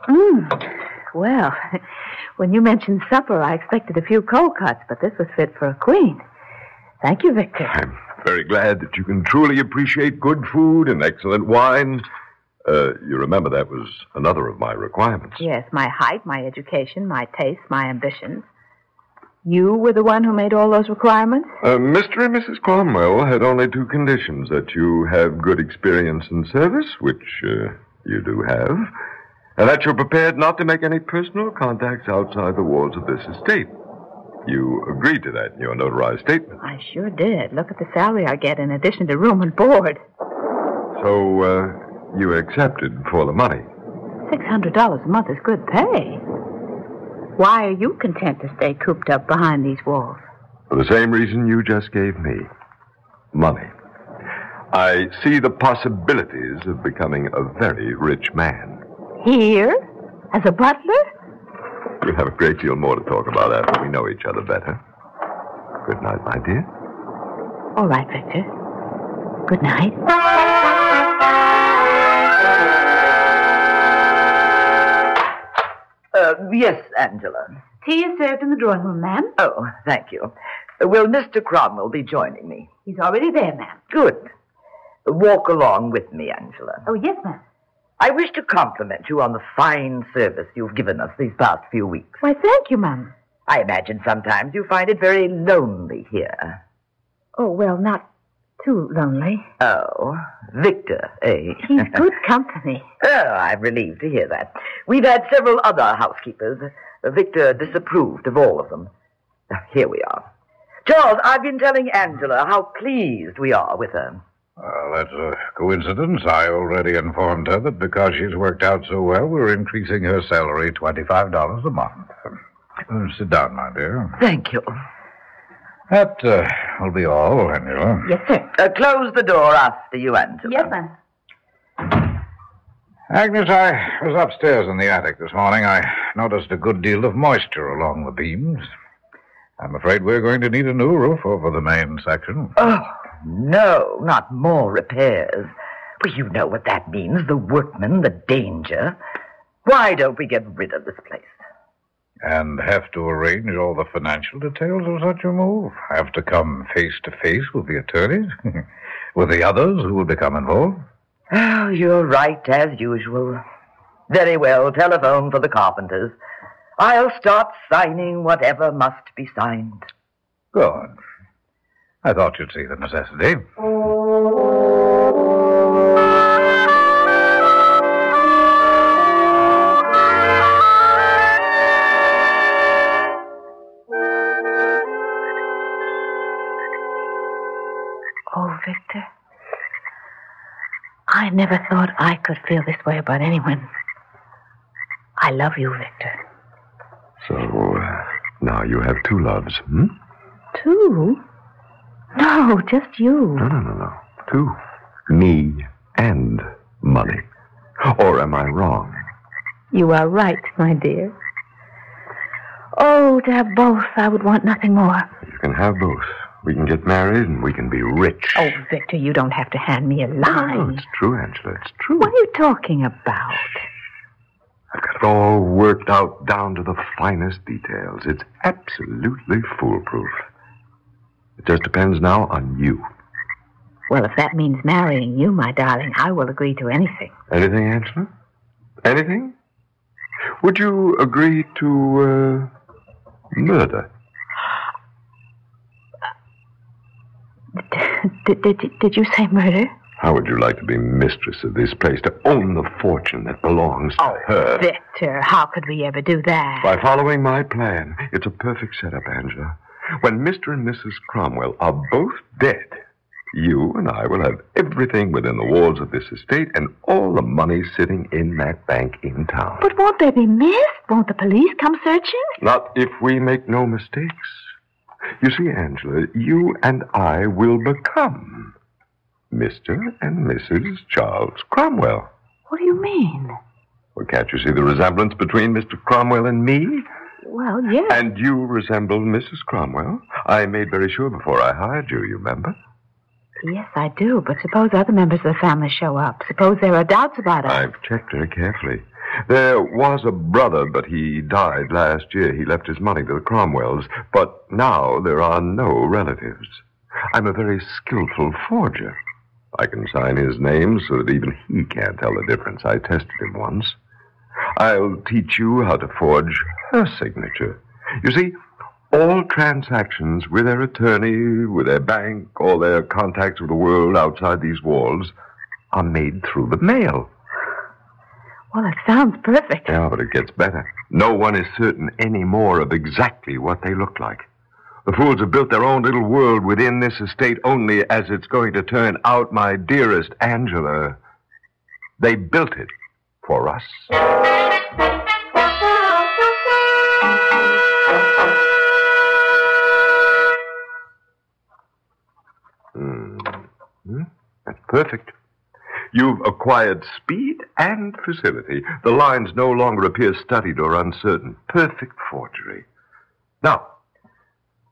[SPEAKER 13] Mm. Well, when you mentioned supper, I expected a few cold cuts, but this was fit for a queen. Thank you, Victor.
[SPEAKER 14] I'm very glad that you can truly appreciate good food and excellent wine. Uh, you remember that was another of my requirements.
[SPEAKER 13] Yes, my height, my education, my tastes, my ambitions. You were the one who made all those requirements?
[SPEAKER 14] Uh, Mr. and Mrs. Cromwell had only two conditions that you have good experience in service, which uh, you do have, and that you're prepared not to make any personal contacts outside the walls of this estate. You agreed to that in your notarized statement.
[SPEAKER 13] I sure did. Look at the salary I get in addition to room and board.
[SPEAKER 14] So, uh, you accepted for the money.
[SPEAKER 13] $600 a month is good pay. Why are you content to stay cooped up behind these walls?
[SPEAKER 14] For the same reason you just gave me money. I see the possibilities of becoming a very rich man.
[SPEAKER 13] Here? As a butler?
[SPEAKER 14] We'll have a great deal more to talk about after we know each other better. Good night, my dear.
[SPEAKER 13] All right, Victor. Good night.
[SPEAKER 15] Uh, yes, Angela.
[SPEAKER 13] Tea is served in the drawing room, ma'am.
[SPEAKER 15] Oh, thank you. Uh, Will Mr. Cromwell be joining me?
[SPEAKER 13] He's already there, ma'am.
[SPEAKER 15] Good. Walk along with me, Angela.
[SPEAKER 13] Oh, yes, ma'am.
[SPEAKER 15] I wish to compliment you on the fine service you've given us these past few weeks.
[SPEAKER 13] Why, thank you, ma'am.
[SPEAKER 15] I imagine sometimes you find it very lonely here.
[SPEAKER 13] Oh, well, not Too lonely.
[SPEAKER 15] Oh, Victor, eh?
[SPEAKER 13] He's good company.
[SPEAKER 15] Oh, I'm relieved to hear that. We've had several other housekeepers. Victor disapproved of all of them. Here we are. Charles, I've been telling Angela how pleased we are with her.
[SPEAKER 16] Well, that's a coincidence. I already informed her that because she's worked out so well, we're increasing her salary $25 a month. Uh, sit down, my dear.
[SPEAKER 15] Thank you.
[SPEAKER 16] That uh, will be all, Angela.
[SPEAKER 15] Yes, sir. Uh, close the door after you, Angela. Yes, sir.
[SPEAKER 16] Agnes, I was upstairs in the attic this morning. I noticed a good deal of moisture along the beams. I'm afraid we're going to need a new roof over the main section.
[SPEAKER 15] Oh, no, not more repairs. Well, you know what that means the workmen, the danger. Why don't we get rid of this place?
[SPEAKER 16] And have to arrange all the financial details of such a move. Have to come face to face with the attorneys, with the others who will become involved.
[SPEAKER 15] Oh, you're right, as usual. Very well, telephone for the carpenters. I'll start signing whatever must be signed.
[SPEAKER 16] Good. I thought you'd see the necessity.
[SPEAKER 13] Oh, Victor. I never thought I could feel this way about anyone. I love you, Victor.
[SPEAKER 14] So, uh, now you have two loves, hmm?
[SPEAKER 13] Two? No, just you.
[SPEAKER 14] No, no, no, no. Two. Me and money. Or am I wrong?
[SPEAKER 13] You are right, my dear. Oh, to have both, I would want nothing more.
[SPEAKER 14] You can have both. We can get married and we can be rich.
[SPEAKER 13] Oh, Victor, you don't have to hand me a line.
[SPEAKER 14] No, it's true, Angela. It's true.
[SPEAKER 13] What are you talking about?
[SPEAKER 14] I've got it all worked out down to the finest details. It's absolutely foolproof. It just depends now on you.
[SPEAKER 13] Well, if that means marrying you, my darling, I will agree to anything.
[SPEAKER 14] Anything, Angela? Anything? Would you agree to uh, murder?
[SPEAKER 13] Did, did, did, did you say murder?
[SPEAKER 14] How would you like to be mistress of this place, to own the fortune that belongs to her?
[SPEAKER 13] Victor, how could we ever do that?
[SPEAKER 14] By following my plan. It's a perfect setup, Angela. When Mr. and Mrs. Cromwell are both dead, you and I will have everything within the walls of this estate and all the money sitting in that bank in town.
[SPEAKER 13] But won't they be missed? Won't the police come searching?
[SPEAKER 14] Not if we make no mistakes. You see, Angela, you and I will become Mr. and Mrs. Charles Cromwell.
[SPEAKER 13] What do you mean?
[SPEAKER 14] Well, can't you see the resemblance between Mr. Cromwell and me?
[SPEAKER 13] Well, yes.
[SPEAKER 14] And you resemble Mrs. Cromwell. I made very sure before I hired you, you remember?
[SPEAKER 13] Yes, I do. But suppose other members of the family show up. Suppose there are doubts about us.
[SPEAKER 14] I've checked her carefully. There was a brother, but he died last year. He left his money to the Cromwells. But now there are no relatives. I'm a very skillful forger. I can sign his name so that even he can't tell the difference. I tested him once. I'll teach you how to forge her signature. You see, all transactions with their attorney, with their bank, or their contacts with the world outside these walls are made through the mail.
[SPEAKER 13] Well, it sounds perfect.
[SPEAKER 14] Yeah, but it gets better. No one is certain any more of exactly what they look like. The fools have built their own little world within this estate only as it's going to turn out, my dearest Angela. They built it for us. Hmm. Hmm? That's perfect. You've acquired speed and facility. The lines no longer appear studied or uncertain. Perfect forgery. Now,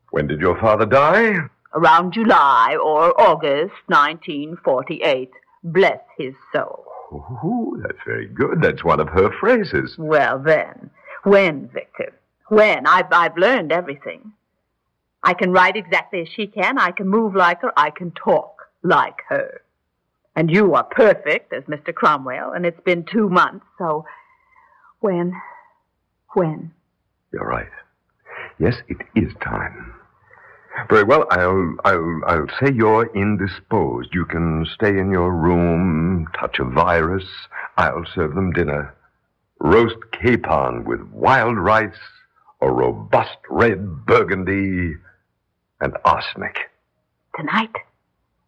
[SPEAKER 14] when did your father die?
[SPEAKER 17] Around July or August 1948. Bless his soul.
[SPEAKER 14] Ooh, that's very good. That's one of her phrases.
[SPEAKER 17] Well, then. When, Victor? When? I've, I've learned everything. I can write exactly as she can. I can move like her. I can talk like her. And you are perfect as Mr. Cromwell, and it's been two months, so when? When?
[SPEAKER 14] You're right. Yes, it is time. Very well, I'll, I'll, I'll say you're indisposed. You can stay in your room, touch a virus. I'll serve them dinner. Roast capon with wild rice, a robust red burgundy, and arsenic.
[SPEAKER 17] Tonight?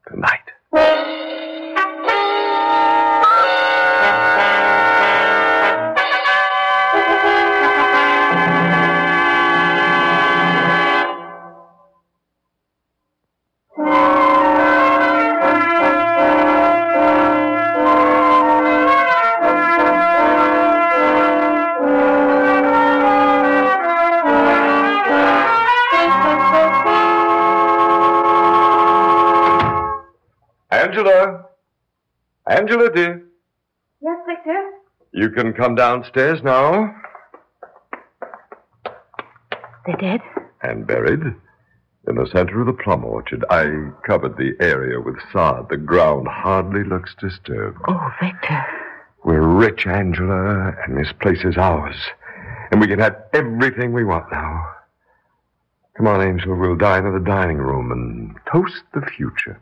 [SPEAKER 14] Tonight. Angela! Angela, dear,
[SPEAKER 17] Yes, Victor?
[SPEAKER 14] you can come downstairs now.
[SPEAKER 17] They're dead?
[SPEAKER 14] And buried. In the center of the plum orchard, I covered the area with sod. The ground hardly looks disturbed.
[SPEAKER 17] Oh, Victor.
[SPEAKER 14] We're rich, Angela, and this place is ours. And we can have everything we want now. Come on, Angel, we'll dine in the dining room and toast the future.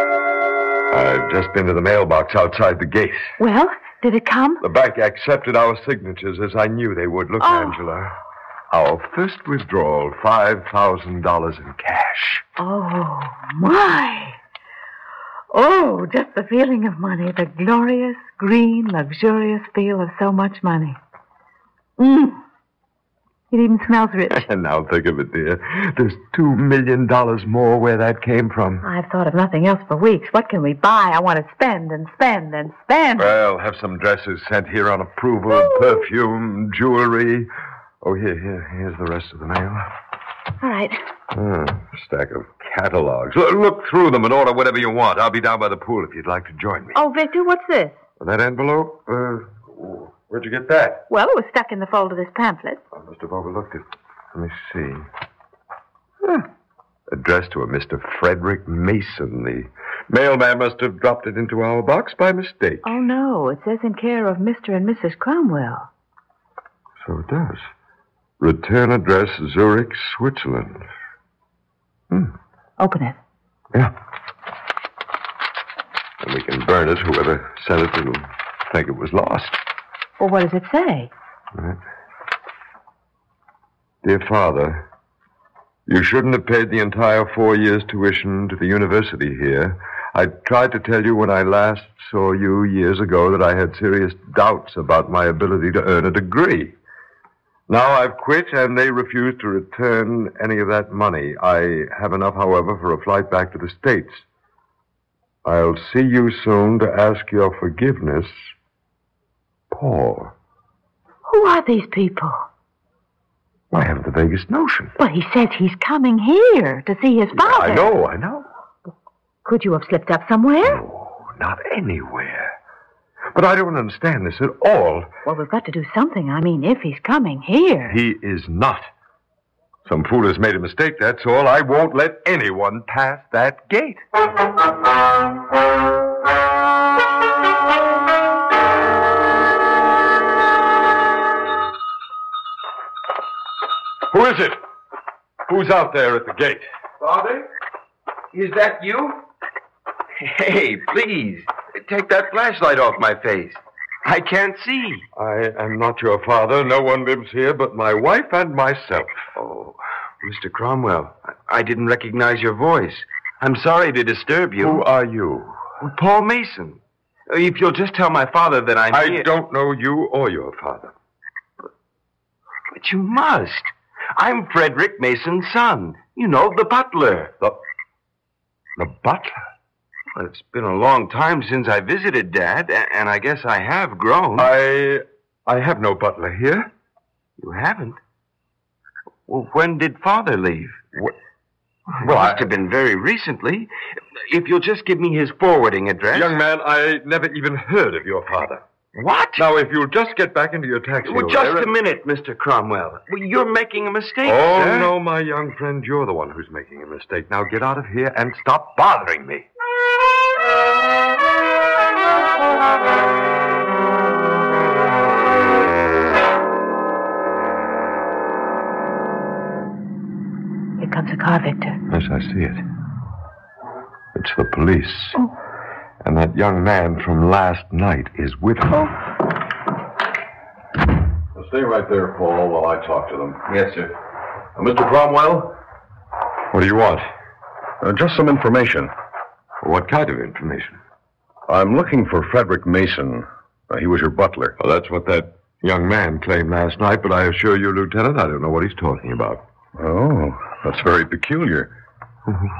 [SPEAKER 14] I've just been to the mailbox outside the gate.
[SPEAKER 17] Well, did it come?
[SPEAKER 14] The bank accepted our signatures as I knew they would. Look,
[SPEAKER 17] Oh.
[SPEAKER 14] Angela. Our first withdrawal, $5,000 in cash.
[SPEAKER 17] Oh, my. Oh, just the feeling of money, the glorious, green, luxurious feel of so much money. Mm. It even smells rich.
[SPEAKER 14] And now think of it, dear. There's $2 million more where that came from.
[SPEAKER 17] I've thought of nothing else for weeks. What can we buy? I want to spend and spend and spend.
[SPEAKER 14] Well, have some dresses sent here on approval, perfume, jewelry. Oh, here, here, here's the rest of the mail.
[SPEAKER 17] All right.
[SPEAKER 14] Ah, stack of catalogs. Look, look through them and order whatever you want. I'll be down by the pool if you'd like to join me.
[SPEAKER 17] Oh, Victor, what's this?
[SPEAKER 14] That envelope? Uh, where'd you get that?
[SPEAKER 17] Well, it was stuck in the fold of this pamphlet.
[SPEAKER 14] I must have overlooked it. Let me see. Huh. Addressed to a Mr. Frederick Mason. The mailman must have dropped it into our box by mistake.
[SPEAKER 17] Oh, no. It says in care of Mr. and Mrs. Cromwell.
[SPEAKER 14] So it does. Return address Zurich, Switzerland.
[SPEAKER 17] Open it.
[SPEAKER 14] And we can burn it. Whoever sent it will think it was lost.
[SPEAKER 17] Well, what does it say?
[SPEAKER 14] Dear father, you shouldn't have paid the entire four years' tuition to the university here. I tried to tell you when I last saw you years ago that I had serious doubts about my ability to earn a degree. Now I've quit, and they refuse to return any of that money. I have enough, however, for a flight back to the States. I'll see you soon to ask your forgiveness, Paul.
[SPEAKER 17] Who are these people?
[SPEAKER 14] I haven't the vaguest notion.
[SPEAKER 17] Well, he says he's coming here to see his father.
[SPEAKER 14] I know, I know.
[SPEAKER 17] Could you have slipped up somewhere?
[SPEAKER 14] Not anywhere. But I don't understand this at all.
[SPEAKER 17] Well, we've got to do something. I mean, if he's coming here.
[SPEAKER 14] He is not. Some fool has made a mistake, that's all. I won't let anyone pass that gate. Who is it? Who's out there at the gate?
[SPEAKER 18] Father? Is that you?
[SPEAKER 14] Hey, please, take that flashlight off my face. I can't see. I am not your father. No one lives here but my wife and myself. Oh,
[SPEAKER 18] Mr. Cromwell, I- I didn't recognize your voice. I'm sorry to disturb you. Who
[SPEAKER 14] are you?
[SPEAKER 18] Paul Mason. If you'll just tell my father that I'm
[SPEAKER 14] I
[SPEAKER 18] here.
[SPEAKER 14] don't know you or your father.
[SPEAKER 18] But you must. I'm Frederick Mason's son. You know, the butler.
[SPEAKER 14] The, the butler?
[SPEAKER 18] Well, it's been a long time since I visited Dad, a- and I guess I have grown.
[SPEAKER 14] I. I have no butler here.
[SPEAKER 18] You haven't? Well, when did Father leave?
[SPEAKER 14] What?
[SPEAKER 18] Well, it must have been very recently. If you'll just give me his forwarding address.
[SPEAKER 14] Young man, I never even heard of your father.
[SPEAKER 18] What?
[SPEAKER 14] Now, if you'll just get back into your taxi.
[SPEAKER 18] Well,
[SPEAKER 14] over
[SPEAKER 18] just
[SPEAKER 14] there
[SPEAKER 18] a
[SPEAKER 14] and-
[SPEAKER 18] minute, Mr. Cromwell. Well, you're making a mistake,
[SPEAKER 14] Oh,
[SPEAKER 18] sir.
[SPEAKER 14] no, my young friend, you're the one who's making a mistake. Now get out of here and stop bothering me.
[SPEAKER 13] Here comes a car, Victor.
[SPEAKER 14] Yes, I see it. It's the police.
[SPEAKER 13] Oh.
[SPEAKER 14] And that young man from last night is with them.
[SPEAKER 19] stay right there, Paul, while I talk to them. Yes, sir. Mr. Cromwell?
[SPEAKER 14] What do you want?
[SPEAKER 19] Uh, just some information.
[SPEAKER 14] What kind of information?
[SPEAKER 19] I'm looking for Frederick Mason. Uh, he was your butler.
[SPEAKER 14] Well, that's what that young man claimed last night, but I assure you, Lieutenant, I don't know what he's talking about.
[SPEAKER 19] Oh, that's very peculiar.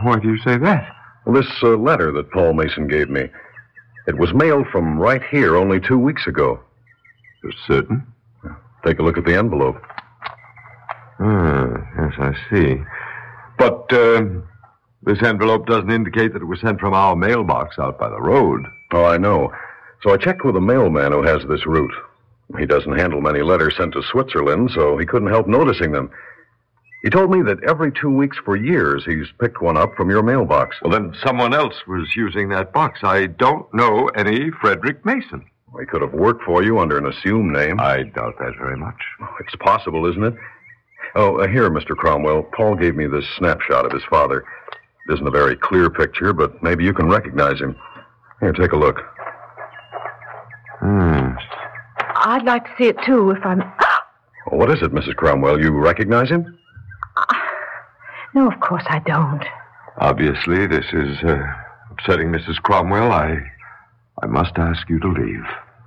[SPEAKER 14] Why do you say that?
[SPEAKER 19] This uh, letter that Paul Mason gave me. It was mailed from right here only two weeks ago.
[SPEAKER 14] You're certain?
[SPEAKER 19] Take a look at the envelope.
[SPEAKER 14] Ah, yes, I see. But um, this envelope doesn't indicate that it was sent from our mailbox out by the road.
[SPEAKER 19] Oh, I know. So I checked with a mailman who has this route. He doesn't handle many letters sent to Switzerland, so he couldn't help noticing them. He told me that every two weeks for years he's picked one up from your mailbox.
[SPEAKER 14] Well, then someone else was using that box. I don't know any Frederick Mason.
[SPEAKER 19] He could have worked for you under an assumed name.
[SPEAKER 14] I doubt that very much.
[SPEAKER 19] It's possible, isn't it? Oh, uh, here, Mr. Cromwell. Paul gave me this snapshot of his father. It isn't a very clear picture, but maybe you can recognize him. Here, take a look.
[SPEAKER 14] Hmm.
[SPEAKER 13] I'd like to see it too, if I'm.
[SPEAKER 19] Oh, What is it, Mrs. Cromwell? You recognize him?
[SPEAKER 13] No, of course I don't.
[SPEAKER 14] Obviously, this is uh, upsetting Mrs. Cromwell. I, I must ask you to leave.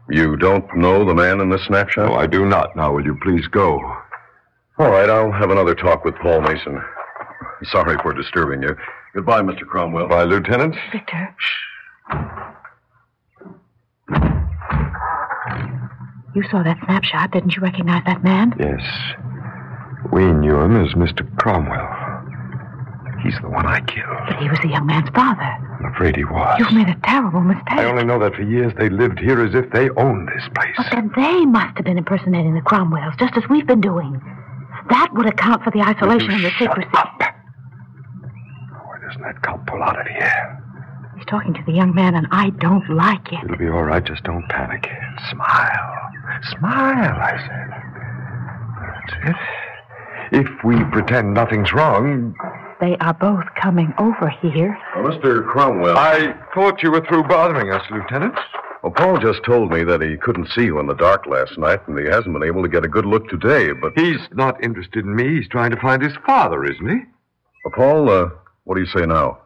[SPEAKER 19] You don't know the man in this snapshot?
[SPEAKER 14] No, I do not. Now, will you please go?
[SPEAKER 19] All right, I'll have another talk with Paul Mason. Sorry for disturbing you. Goodbye, Mr. Cromwell.
[SPEAKER 14] Bye, Lieutenant.
[SPEAKER 13] Victor. You saw that snapshot. Didn't you recognize that man?
[SPEAKER 14] Yes. We knew him as Mr. Cromwell. He's the one I killed.
[SPEAKER 13] But he was the young man's father.
[SPEAKER 14] I'm afraid he was.
[SPEAKER 13] You've made a terrible mistake.
[SPEAKER 14] I only know that for years they lived here as if they owned this place.
[SPEAKER 13] But then they must have been impersonating the Cromwells, just as we've been doing. That would account for the isolation and the secrecy.
[SPEAKER 14] Why doesn't that cop pull out of here?
[SPEAKER 13] He's talking to the young man, and I don't like it.
[SPEAKER 14] It'll be all right. Just don't panic. Smile. Smile, I said. That's it. If we pretend nothing's wrong.
[SPEAKER 13] They are both coming over here.
[SPEAKER 19] Mr. Cromwell.
[SPEAKER 14] I thought you were through bothering us, Lieutenant.
[SPEAKER 19] Well, Paul just told me that he couldn't see you in the dark last night, and he hasn't been able to get a good look today, but.
[SPEAKER 14] He's not interested in me. He's trying to find his father, isn't he?
[SPEAKER 19] Well, Paul, uh, what do you say now?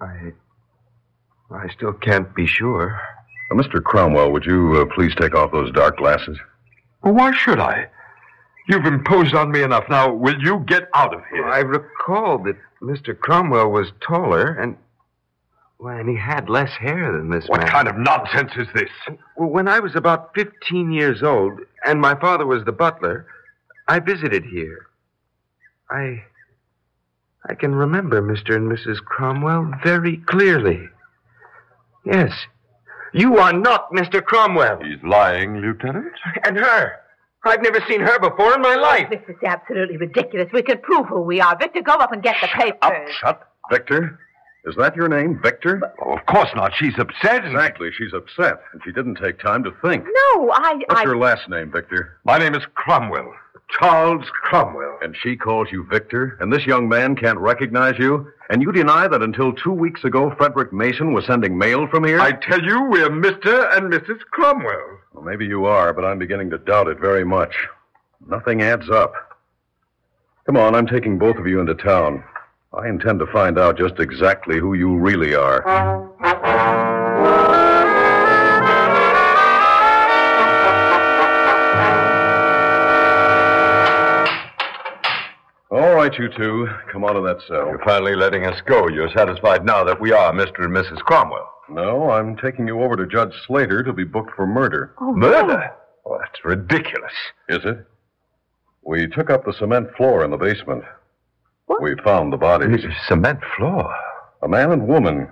[SPEAKER 14] I. I still can't be sure.
[SPEAKER 19] Uh, Mr. Cromwell, would you uh, please take off those dark glasses?
[SPEAKER 14] Well, why should I? You've imposed on me enough. Now, will you get out of here?
[SPEAKER 18] I recall that Mr. Cromwell was taller and. Well, and he had less hair than this
[SPEAKER 14] what
[SPEAKER 18] man.
[SPEAKER 14] kind of nonsense is this?
[SPEAKER 18] Well, when I was about 15 years old, and my father was the butler, I visited here. I. I can remember Mr. and Mrs. Cromwell very clearly. Yes. You are not Mr. Cromwell.
[SPEAKER 14] He's lying, Lieutenant.
[SPEAKER 18] And her. I've never seen her before in my life.
[SPEAKER 17] This is absolutely ridiculous. We can prove who we are. Victor, go up and get the papers.
[SPEAKER 19] Shut. Victor? Is that your name, Victor?
[SPEAKER 14] Oh, of course not. She's upset. and-
[SPEAKER 19] Exactly. She's upset, and she didn't take time to think.
[SPEAKER 17] No, I.
[SPEAKER 19] What's
[SPEAKER 17] I...
[SPEAKER 19] your last name, Victor?
[SPEAKER 14] My name is Cromwell. Charles Cromwell.
[SPEAKER 19] And she calls you Victor, and this young man can't recognize you? And you deny that until two weeks ago, Frederick Mason was sending mail from here?
[SPEAKER 14] I tell you, we're Mr. and Mrs. Cromwell.
[SPEAKER 19] Well, maybe you are, but I'm beginning to doubt it very much. Nothing adds up. Come on, I'm taking both of you into town. I intend to find out just exactly who you really are. All right, you two, come out of that cell.
[SPEAKER 14] You're finally letting us go. Oh, You're satisfied now that we are Mr. and Mrs. Cromwell.
[SPEAKER 19] No, I'm taking you over to Judge Slater to be booked for murder.
[SPEAKER 14] Murder? Oh, that's ridiculous.
[SPEAKER 19] Is it? We took up the cement floor in the basement. We found the bodies.
[SPEAKER 14] Cement floor.
[SPEAKER 19] A man and woman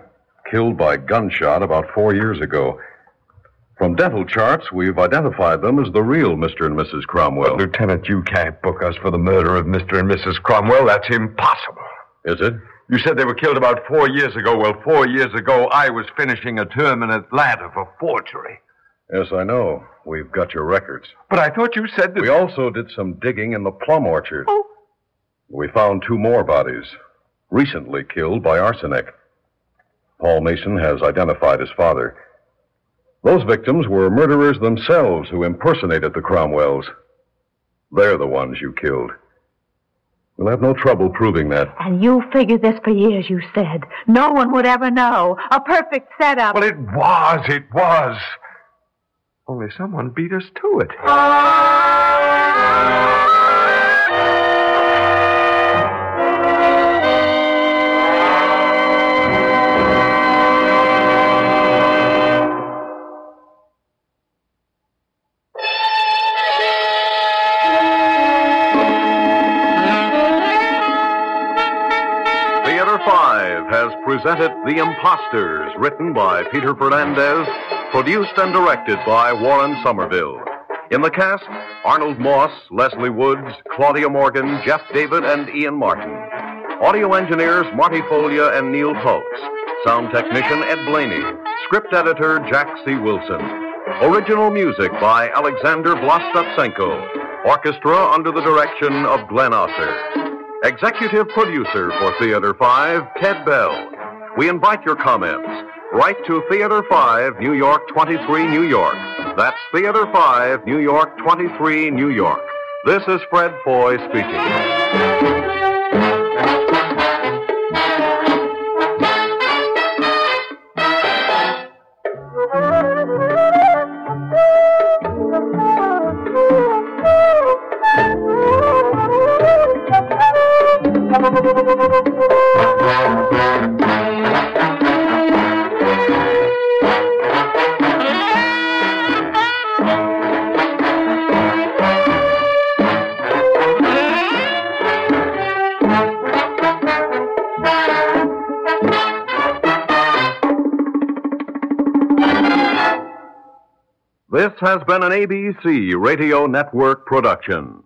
[SPEAKER 19] killed by gunshot about four years ago. From dental charts, we've identified them as the real Mr. and Mrs. Cromwell.
[SPEAKER 14] Lieutenant, you can't book us for the murder of Mr. and Mrs. Cromwell. That's impossible.
[SPEAKER 19] Is it?
[SPEAKER 14] You said they were killed about four years ago. Well, four years ago, I was finishing a term in Atlanta for forgery.
[SPEAKER 19] Yes, I know. We've got your records.
[SPEAKER 14] But I thought you said that. Oh.
[SPEAKER 19] We also did some digging in the plum orchard.
[SPEAKER 20] We found two more bodies, recently killed by arsenic. Paul Mason has identified his father. Those victims were murderers themselves who impersonated the Cromwells. They're the ones you killed. We'll have no trouble proving that.
[SPEAKER 13] And you figured this for years, you said. No one would ever know. A perfect setup.
[SPEAKER 20] Well,
[SPEAKER 9] It was, it was. Only someone beat us to it.
[SPEAKER 19] Theater 5 has presented The Imposters, written by Peter Fernandez, produced and directed by Warren Somerville. In the cast, Arnold Moss, Leslie Woods, Claudia Morgan, Jeff David, and Ian Martin. Audio engineers Marty Folia and Neil Foltz. Sound technician Ed Blaney. Script editor Jack C. Wilson. Original music by Alexander Vlastotsenko. Orchestra under the direction of Glenn Osser. Executive producer for Theater 5, Ted Bell. We invite your comments. Write to Theater 5, New York 23, New York. That's Theater 5, New York 23, New York. This is Fred Foy speaking. This has been an ABC Radio Network production.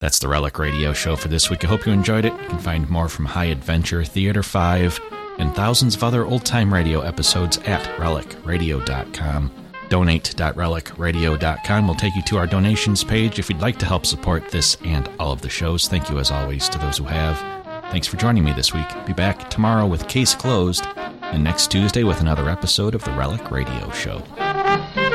[SPEAKER 2] That's the Relic Radio Show for this week. I hope you enjoyed it. You can find more from High Adventure, Theater 5, and thousands of other old time radio episodes at relicradio.com. Donate.relicradio.com will take you to our donations page if you'd like to help support this and all of the shows. Thank you, as always, to those who have. Thanks for joining me this week. Be back tomorrow with Case Closed, and next Tuesday with another episode of the Relic Radio Show.
[SPEAKER 21] Thank you.